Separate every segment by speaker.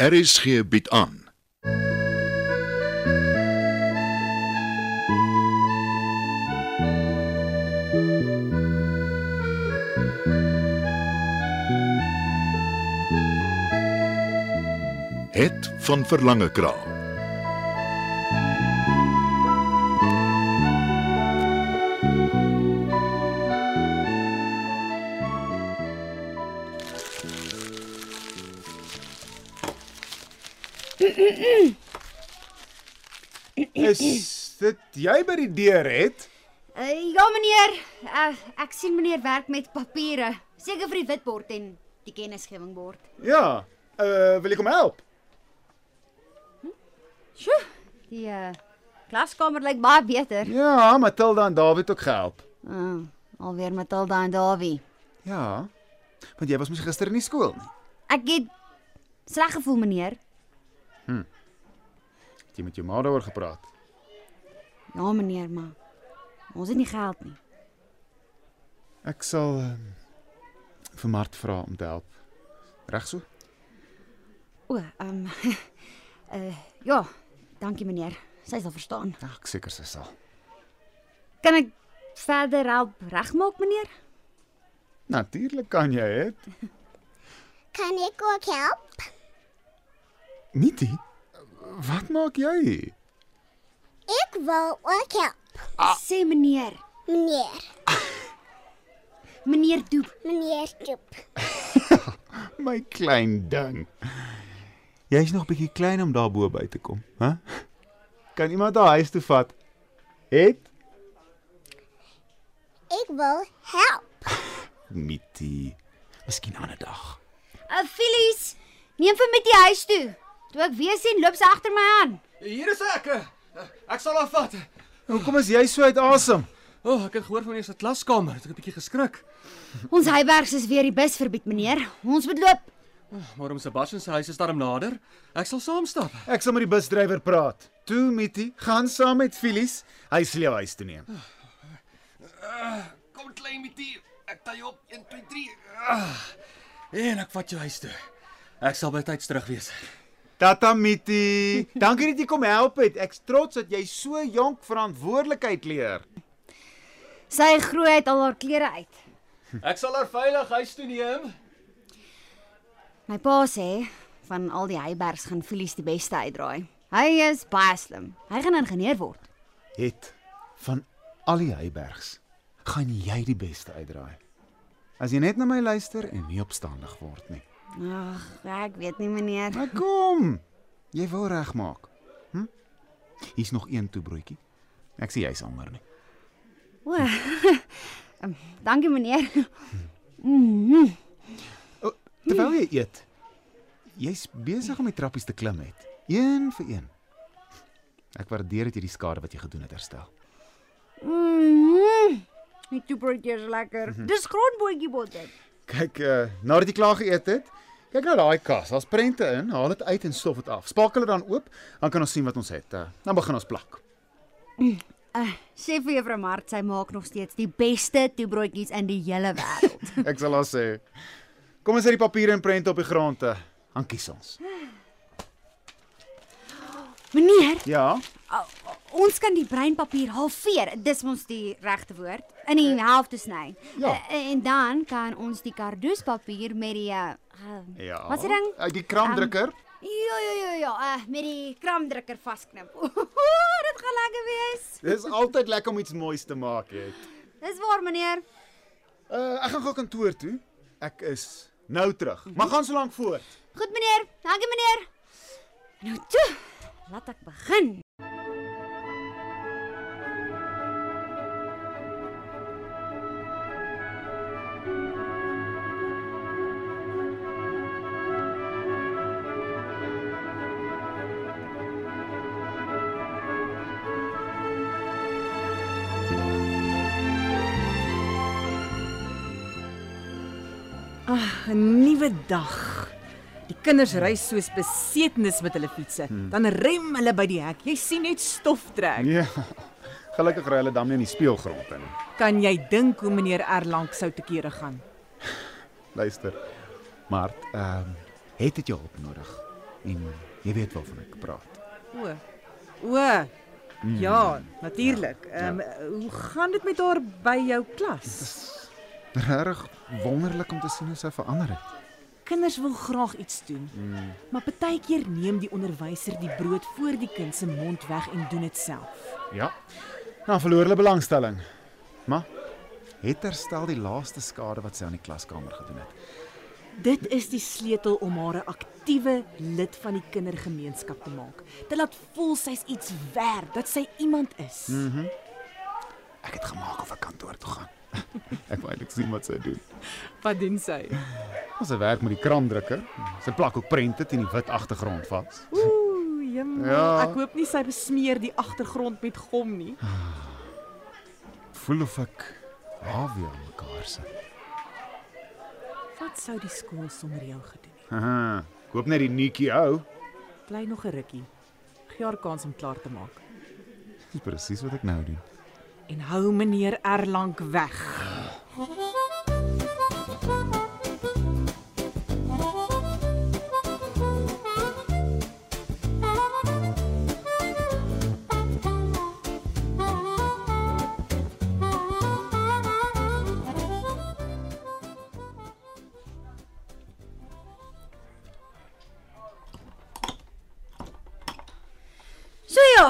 Speaker 1: RSG bied aan. Het van Verlange Kraal
Speaker 2: Is dit jy by die deur het?
Speaker 3: Uh, ja meneer, uh, ek sien meneer werk met papiere, seker vir die witbord en die kennisgewingbord.
Speaker 2: Ja. Uh wil jy kom help?
Speaker 3: Sjoe, die uh, klaskamer lyk baie beter.
Speaker 2: Ja, Matilda en David ook gehelp.
Speaker 3: Uh, alweer Matilda en Dawie.
Speaker 2: Ja. Want jy was mos gister in die skool nie.
Speaker 3: Ek het sleg gevoel meneer.
Speaker 2: Het jy met jou ma daaroor gepraat?
Speaker 3: Ja meneer, maar ons het nie geld nie.
Speaker 2: Ek sal um, vir Mart vra om te help. Reg so?
Speaker 3: O, ehm um, uh, ja, dankie meneer. Sy sal verstaan.
Speaker 2: Ja, ek seker sy sal.
Speaker 3: Kan ek verder help regmaak meneer?
Speaker 2: Natuurlik kan jy dit.
Speaker 4: Kan ek ook help?
Speaker 2: Nietie. Wat maak jy?
Speaker 4: Ek wil ook help.
Speaker 3: Ah. Sê meneer.
Speaker 4: Meneer,
Speaker 3: Meneer Doep.
Speaker 4: meneer Troep.
Speaker 2: My klein ding. Jy's nog bietjie klein om daarbo by te kom, hè? Kan iemand haar huis toe vat? Het
Speaker 4: Ek wil help.
Speaker 2: Nietie. Miskien ander dag.
Speaker 3: Uh, Filies, neem vir my die huis toe. Toe ek weer sien loop sy agter my aan.
Speaker 5: Hier is ek. Ek sal haar vat.
Speaker 2: Hoekom is jy so uit asem?
Speaker 5: O, oh, ek het gehoor van meneer se klaskamer. Ek het 'n bietjie geskrik.
Speaker 3: Ons Heybergs is weer die bus verbied, meneer. Ons moet loop.
Speaker 5: Maar om Sebastian se huis is daarom nader. Ek sal saamstap.
Speaker 2: Ek sal met die busdrywer praat. Toe Mitty, gaan saam met Filies. Hy sal jou huis toe neem.
Speaker 5: Kom klein bietjie. Ek tel jou op 1 2 3. Ah, en ek vat jou huis toe. Ek sal by tyd terug wees.
Speaker 2: Tata Mitty, dankie dat jy kom help het. Ek's trots dat jy so jonk verantwoordelikheid leer.
Speaker 3: Sy groei uit al haar klere uit.
Speaker 5: Ek sal haar veilig huis toe neem.
Speaker 3: My pa sê van al die Heybergs gaan Filies die beste uitdraai. Hy is baie slim. Hy gaan ingenieur word.
Speaker 2: Het van al die Heybergs gaan jy die beste uitdraai. As jy net na my luister en nie opstandig word nie.
Speaker 3: Ag, ek weet nie, meneer.
Speaker 2: Maar kom. Jy wil regmaak. Hm? Hier's nog een toebroodjie. Ek sê jy's honger nie.
Speaker 3: O. ehm, Dankie, meneer.
Speaker 2: O, terwyl jy eet, jy's besig om die trappies te klim het, een vir een. Ek waardeer dit hierdie skade wat jy gedoen het herstel.
Speaker 3: Mm. Die toebroodjie is lekker. Dis grondboontjie botter.
Speaker 2: Kyk, uh, nadat jy klaar geëet het, kyk na daai kas, daar's prente in, haal dit uit en stof dit af. Spakel dit dan oop, dan kan ons sien wat ons het. Uh, dan begin ons plak.
Speaker 3: Sê vir juffrou Mart sy maak nog steeds die beste toebroodjies in die hele wêreld.
Speaker 2: Ek sal haar sê. Kom ons sit die papiere en prente op die grond, uh, dan kies ons.
Speaker 3: meneer,
Speaker 2: Ja,
Speaker 3: ons kan die breinpapier halveer, dis mos die regte woord, in die helfte sny.
Speaker 2: Ja.
Speaker 3: Eh, en dan kan ons die kardoespapier met die uh,
Speaker 2: ja.
Speaker 3: Wat se ding?
Speaker 2: Uh, die kramdrukker. Um,
Speaker 3: Ja ja ja ja, uh, met die kramdrukker vasknip. Dit gaan lekker wees.
Speaker 2: Dis altyd lekker om iets moois te maak, het.
Speaker 3: Dis waar meneer.
Speaker 2: Uh, ek gaan gou kantoor toe. Ek is nou terug. Maar gaan so lank voort.
Speaker 3: Goed meneer. Dankie meneer. Nou toe. Laat ek begin.
Speaker 6: Ag, 'n nuwe dag. Die kinders ry soos besetenis met hulle fietses. Hmm. Dan rem hulle by die hek. Jy sien net stof trek.
Speaker 2: Ja. Gelukkig ry hulle dan nie in die speelgrond in.
Speaker 6: Kan jy dink hoe meneer Erlang sou te kere gaan?
Speaker 2: Luister. Maar ehm um, het dit jou hulp nodig. En jy weet waarvan ek praat.
Speaker 6: O. O. Ja, natuurlik. Ehm hoe gaan dit met haar by jou klas?
Speaker 2: Regtig wonderlik om te sien hoe sy verander het.
Speaker 6: Kinders wil graag iets doen. Maar baie keer neem die onderwyser die brood voor die kind se mond weg en doen dit self.
Speaker 2: Ja. Nou verloor hulle belangstelling. Maar het herstel die laaste skade wat sy aan die klaskamer gedoen het.
Speaker 6: Dit is die sleutel om haar 'n aktiewe lid van die kindergemeenskap te maak. Dit laat voel sy's iets werd, dat sy iemand is.
Speaker 2: Ek het gemaak of ek kantoor toe gaan. ek wil eintlik sien wat sy doen.
Speaker 6: Wat doen sy?
Speaker 2: Ons werk met die krandrukker. Sy plak ook prente teen die wit agtergrond vas.
Speaker 6: Ooh, jemma.
Speaker 2: Ja.
Speaker 6: Ek hoop nie sy besmeer die agtergrond met gom nie.
Speaker 2: Voel of ek haar weer aan mekaar sit.
Speaker 6: Wat sou die skool sonder jou gedoen het?
Speaker 2: Aha. Koop net die nuutjie ou.
Speaker 6: Bly nog 'n rukkie. Gee haar kans om klaar te maak
Speaker 2: Dis presies wat ek nou doen.
Speaker 6: en hou meneer Erlang weg.
Speaker 3: So ja,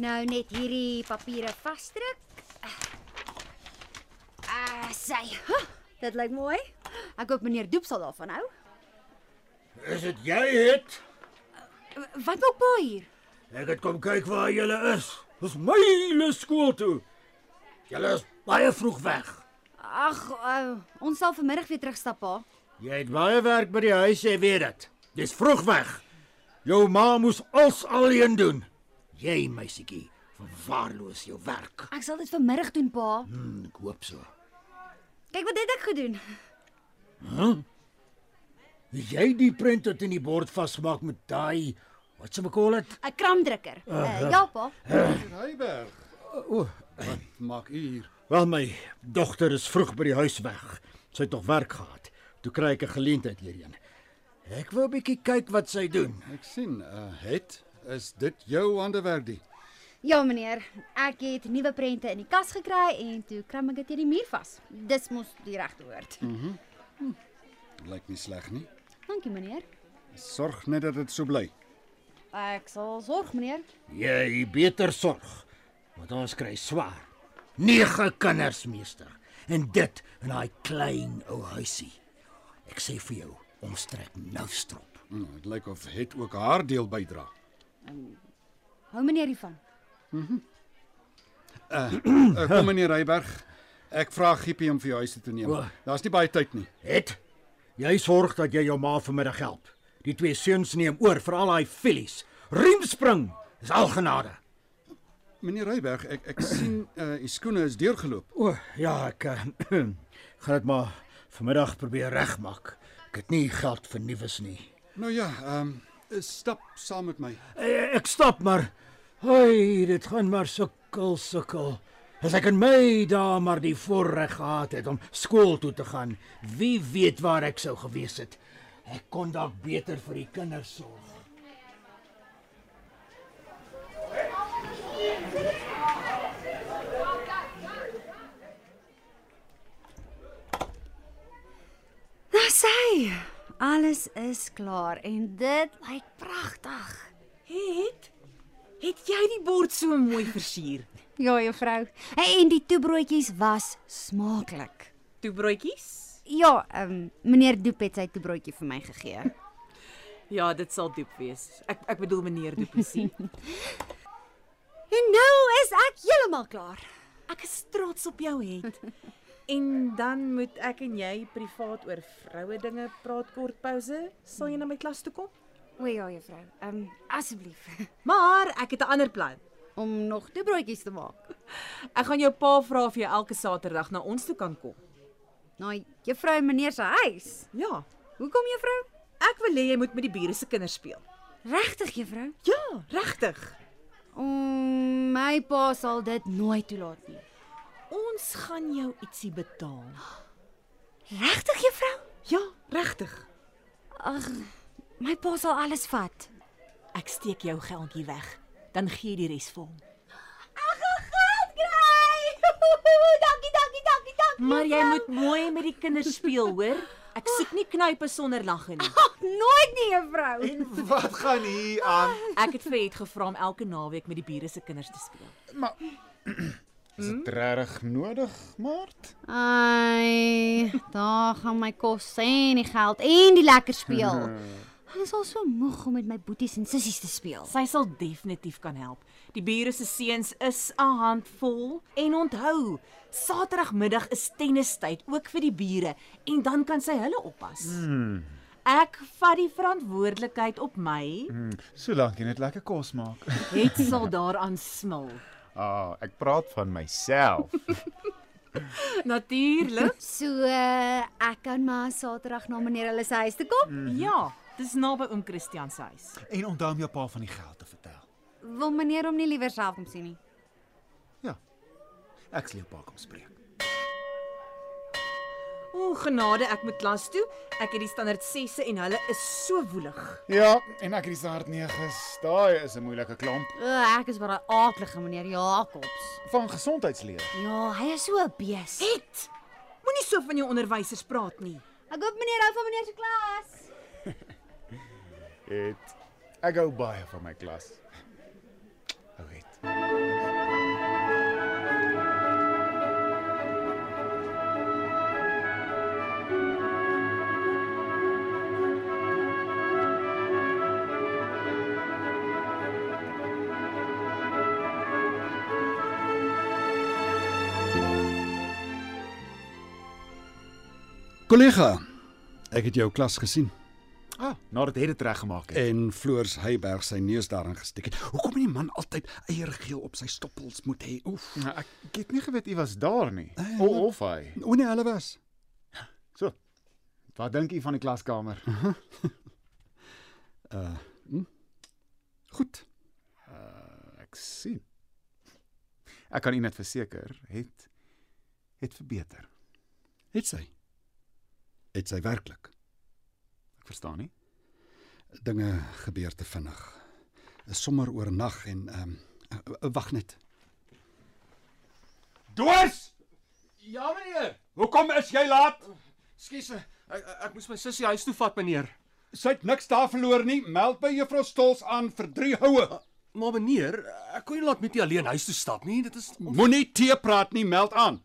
Speaker 3: nou net hierdie papiere vasdruk. Ah, sy. Huh, dit lyk mooi. Ek hoop meneer Doep sal daarvan hou.
Speaker 7: Is dit jy het?
Speaker 3: Wat maak pa hier?
Speaker 7: Ek het kom kyk waar julle is. Dis my hele skool toe. Julle is baie vroeg weg.
Speaker 3: Ag, uh, ons sal vanmiddag weer terugstap, pa.
Speaker 7: Jy het baie werk by die huis, jy weet dit. Dis vroeg weg. Jou ma moes alles alleen doen. Jy, meisietjie, verwaarloos jou werk.
Speaker 3: Ek sal dit vanmiddag doen, pa.
Speaker 7: Hmm, ek hoop so.
Speaker 3: Kyk wat dit ek gedoen.
Speaker 7: Het Jy die prent tot in die bord vasgemaak met daai wat se bekool dit?
Speaker 3: 'n Kramdrukker. Uh, ja, pa.
Speaker 8: Reiberg,
Speaker 7: O,
Speaker 8: maak u hier.
Speaker 7: Wel my dogter is vroeg by die huis weg. Sy het nog werk gehad. Toe kry ek 'n geleentheid hierheen. Ek wou 'n bietjie kyk wat sy doen.
Speaker 8: Ek sien, uh, het is dit jou handewerk die?
Speaker 3: Ja, meneer. Ek het nuwe prente in die kas gekry en toe kram ek dit teen die muur vas. Dis mos die regte woord.
Speaker 8: Lyk nie sleg nie.
Speaker 3: Dankie, meneer.
Speaker 8: Sorg net dat dit so bly.
Speaker 3: Ek sal sorg, meneer.
Speaker 7: Jy beter sorg, want ons kry swaar. 9 kinders meester en dit in daai klein ou huisie. Ek sê vir jou, ons trek nou strop.
Speaker 8: Dit mm, het lyk of het ook haar deel bydra.
Speaker 3: Hou meneer hiervan.
Speaker 8: Uh, kom meneer Reiberg, ek vra Giepie om vir jou huis toe te neem.
Speaker 7: O.
Speaker 8: Daar's nie baie tyd nie.
Speaker 7: Het jy sorg dat jy jou ma vanmiddag help. Die twee seuns neem oor vir al daai fillies. Riemspring is al genade.
Speaker 8: Meneer Reiberg, ek ek sien uh, u skoene is deurgeloop.
Speaker 7: O, ja, ek eh, gaan dit maar vanmiddag probeer regmaak. Ek het nie geld vir nuus nie.
Speaker 8: Nou ja, ehm um, stap saam met my.
Speaker 7: Eh, Ek stap maar. Hoi, dit gaan maar sukkel sukkel. As ek in my dae maar die voorreg gehad het om skool toe te gaan, wie weet waar ek sou gewees het. Ek kon dalk beter vir die kinders sorg.
Speaker 3: Dis Nou hy. Alles is klaar en dit lyk pragtig.
Speaker 6: Het het jy die bord so mooi versier?
Speaker 3: Ja, juffrou. En die toebroodjies was smaaklik.
Speaker 6: Toe broodjies?
Speaker 3: Ja, ehm um, meneer Doep het sy toebroodjie vir my gegee.
Speaker 6: Ja, dit sal doep wees. Ek ek bedoel meneer Duplessis.
Speaker 3: En nou is ek heeltemal klaar.
Speaker 6: ek is trots op jou het. En dan moet ek en jy privaat oor vroue dinge praat kort pouse. Sal jy na my klas toe kom?
Speaker 3: O ja, juffrou. Ehm um, asseblief
Speaker 6: Maar ek het 'n ander plan.
Speaker 3: om nog toebroodjies te maak.
Speaker 6: Ek gaan jou pa vra of jy elke Saterdag na ons toe kan kom.
Speaker 3: Na Nou, juffrou en meneer se huis.
Speaker 6: Ja,
Speaker 3: Hoekom juffrou?
Speaker 6: ek wil hê jy moet met die bure se kinders speel.
Speaker 3: Regtig juffrou?
Speaker 6: Ja, regtig.
Speaker 3: O, Mm, my pa sal dit nooit toelaat nie.
Speaker 6: Ons gaan jou ietsie betaal.
Speaker 3: Regtig juffrou?
Speaker 6: Ja, regtig.
Speaker 3: Ag, my pa sal alles vat.
Speaker 6: Ek steek jou geldjie weg, dan gee jy die res vir hom.
Speaker 9: dankie, dankie, dankie, dankie.
Speaker 6: Maar jy moet mooi met die kinders speel, hoor? Ek soek nie knype sonder lag nie.
Speaker 3: Nooit nie, juffrou.
Speaker 2: Wat gaan hier aan?
Speaker 6: Ek het vir Ed gevra om elke naweek met die bure se kinders te speel.
Speaker 8: Is dit regtig nodig, Mart?
Speaker 3: Ai, daar gaan my kos en die geld en die lekker speel. Ek is al so moeg om met my boeties en sissies te speel.
Speaker 6: Sy sal definitief kan help. Die bure se seuns is 'n handvol en onthou, Saterdagmiddag is tennistyd ook vir die bure en dan kan sy hulle oppas. Ek vat die verantwoordelikheid op my.
Speaker 2: Solank jy net lekker kos maak.
Speaker 6: Het sal daaraan smil.
Speaker 2: Ah, ek praat van myself.
Speaker 6: Natuurlik.
Speaker 3: So eh, ek kan maar Saterdag na meneer hulle se huis toe kom.
Speaker 6: Ja, dis naby oom Christian se huis.
Speaker 2: en onthou om jou pa van die geld te vertel.
Speaker 3: Wil meneer hom nie liewer self kom sien nie.
Speaker 2: Ek sal jou pa kom spreek.
Speaker 6: O, genade, ek moet klas toe. Ek het die standaard 6e en hulle is so woelig.
Speaker 8: Ja, en ek het die hart 9s. Daai is 'n moeilike klomp
Speaker 3: O, ek is maar 'n aaklige meneer Jacobs.
Speaker 8: van gesondheidsleer.
Speaker 3: Ja, hy is so 'n bees.
Speaker 6: Ed, moenie so van jou onderwysers praat nie.
Speaker 3: Ek hoop meneer hou van meneer se klas.
Speaker 8: Het ek hou baie van my klas. Hou het. Kollega, ek het jou klas gesien
Speaker 2: Ah, nadat hy dit reggemaak het.
Speaker 8: en Floors Heyberg sy neus daarin gesteek het. Hoekom moet die man altyd eiergeel op sy stoppels moet hê? Oef.
Speaker 2: Nou, ek, ek het nie geweet u was daar nie.
Speaker 8: Eh,
Speaker 2: O, of hy.
Speaker 8: O nee, hulle was.
Speaker 2: So. Wat dink u van die klaskamer?
Speaker 8: Goed.
Speaker 2: Ek sien. Ek kan u net verseker, het het verbeter.
Speaker 8: Het sy. Het sy werklik.
Speaker 2: Ek verstaan nie.
Speaker 8: Dinge gebeur te vinnig. Is sommer oornag en ehm um, wag net.
Speaker 5: Doors!
Speaker 10: Ja meneer,
Speaker 5: Hoekom is jy laat?
Speaker 10: skus.
Speaker 5: Ek ek, ek moes my sussie huis toe vat, meneer.
Speaker 8: Sy het niks daar verloor nie. Meld by Juffrou Stols aan vir 3 houe.
Speaker 5: Maar meneer, ek kon nie laat met u alleen huis toe stap nie. Dit is
Speaker 8: Moenie tee praat nie, meld aan.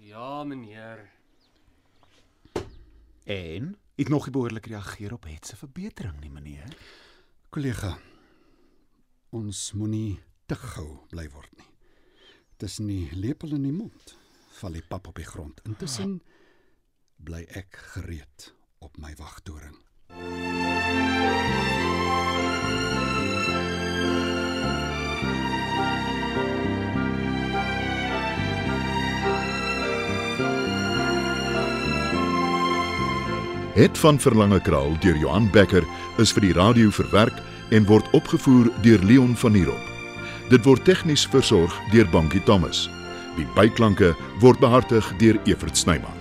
Speaker 5: Ja, meneer.
Speaker 2: En het nog nie behoorlik reageer op het se verbetering nie, meneer.
Speaker 8: Kollega, ons moenie te gou bly word nie. Tussen die lepel en die mond val die pap op die grond. Intussen bly ek gereed op my wagtoring.
Speaker 1: Het van Verlange Kraal deur Johan Becker is vir die radio verwerk en word opgevoer deur Leon Van Heerop. Dit word tegnies versorg deur Bankie Thomas. Die byklanke word behartig deur Evert Snyman.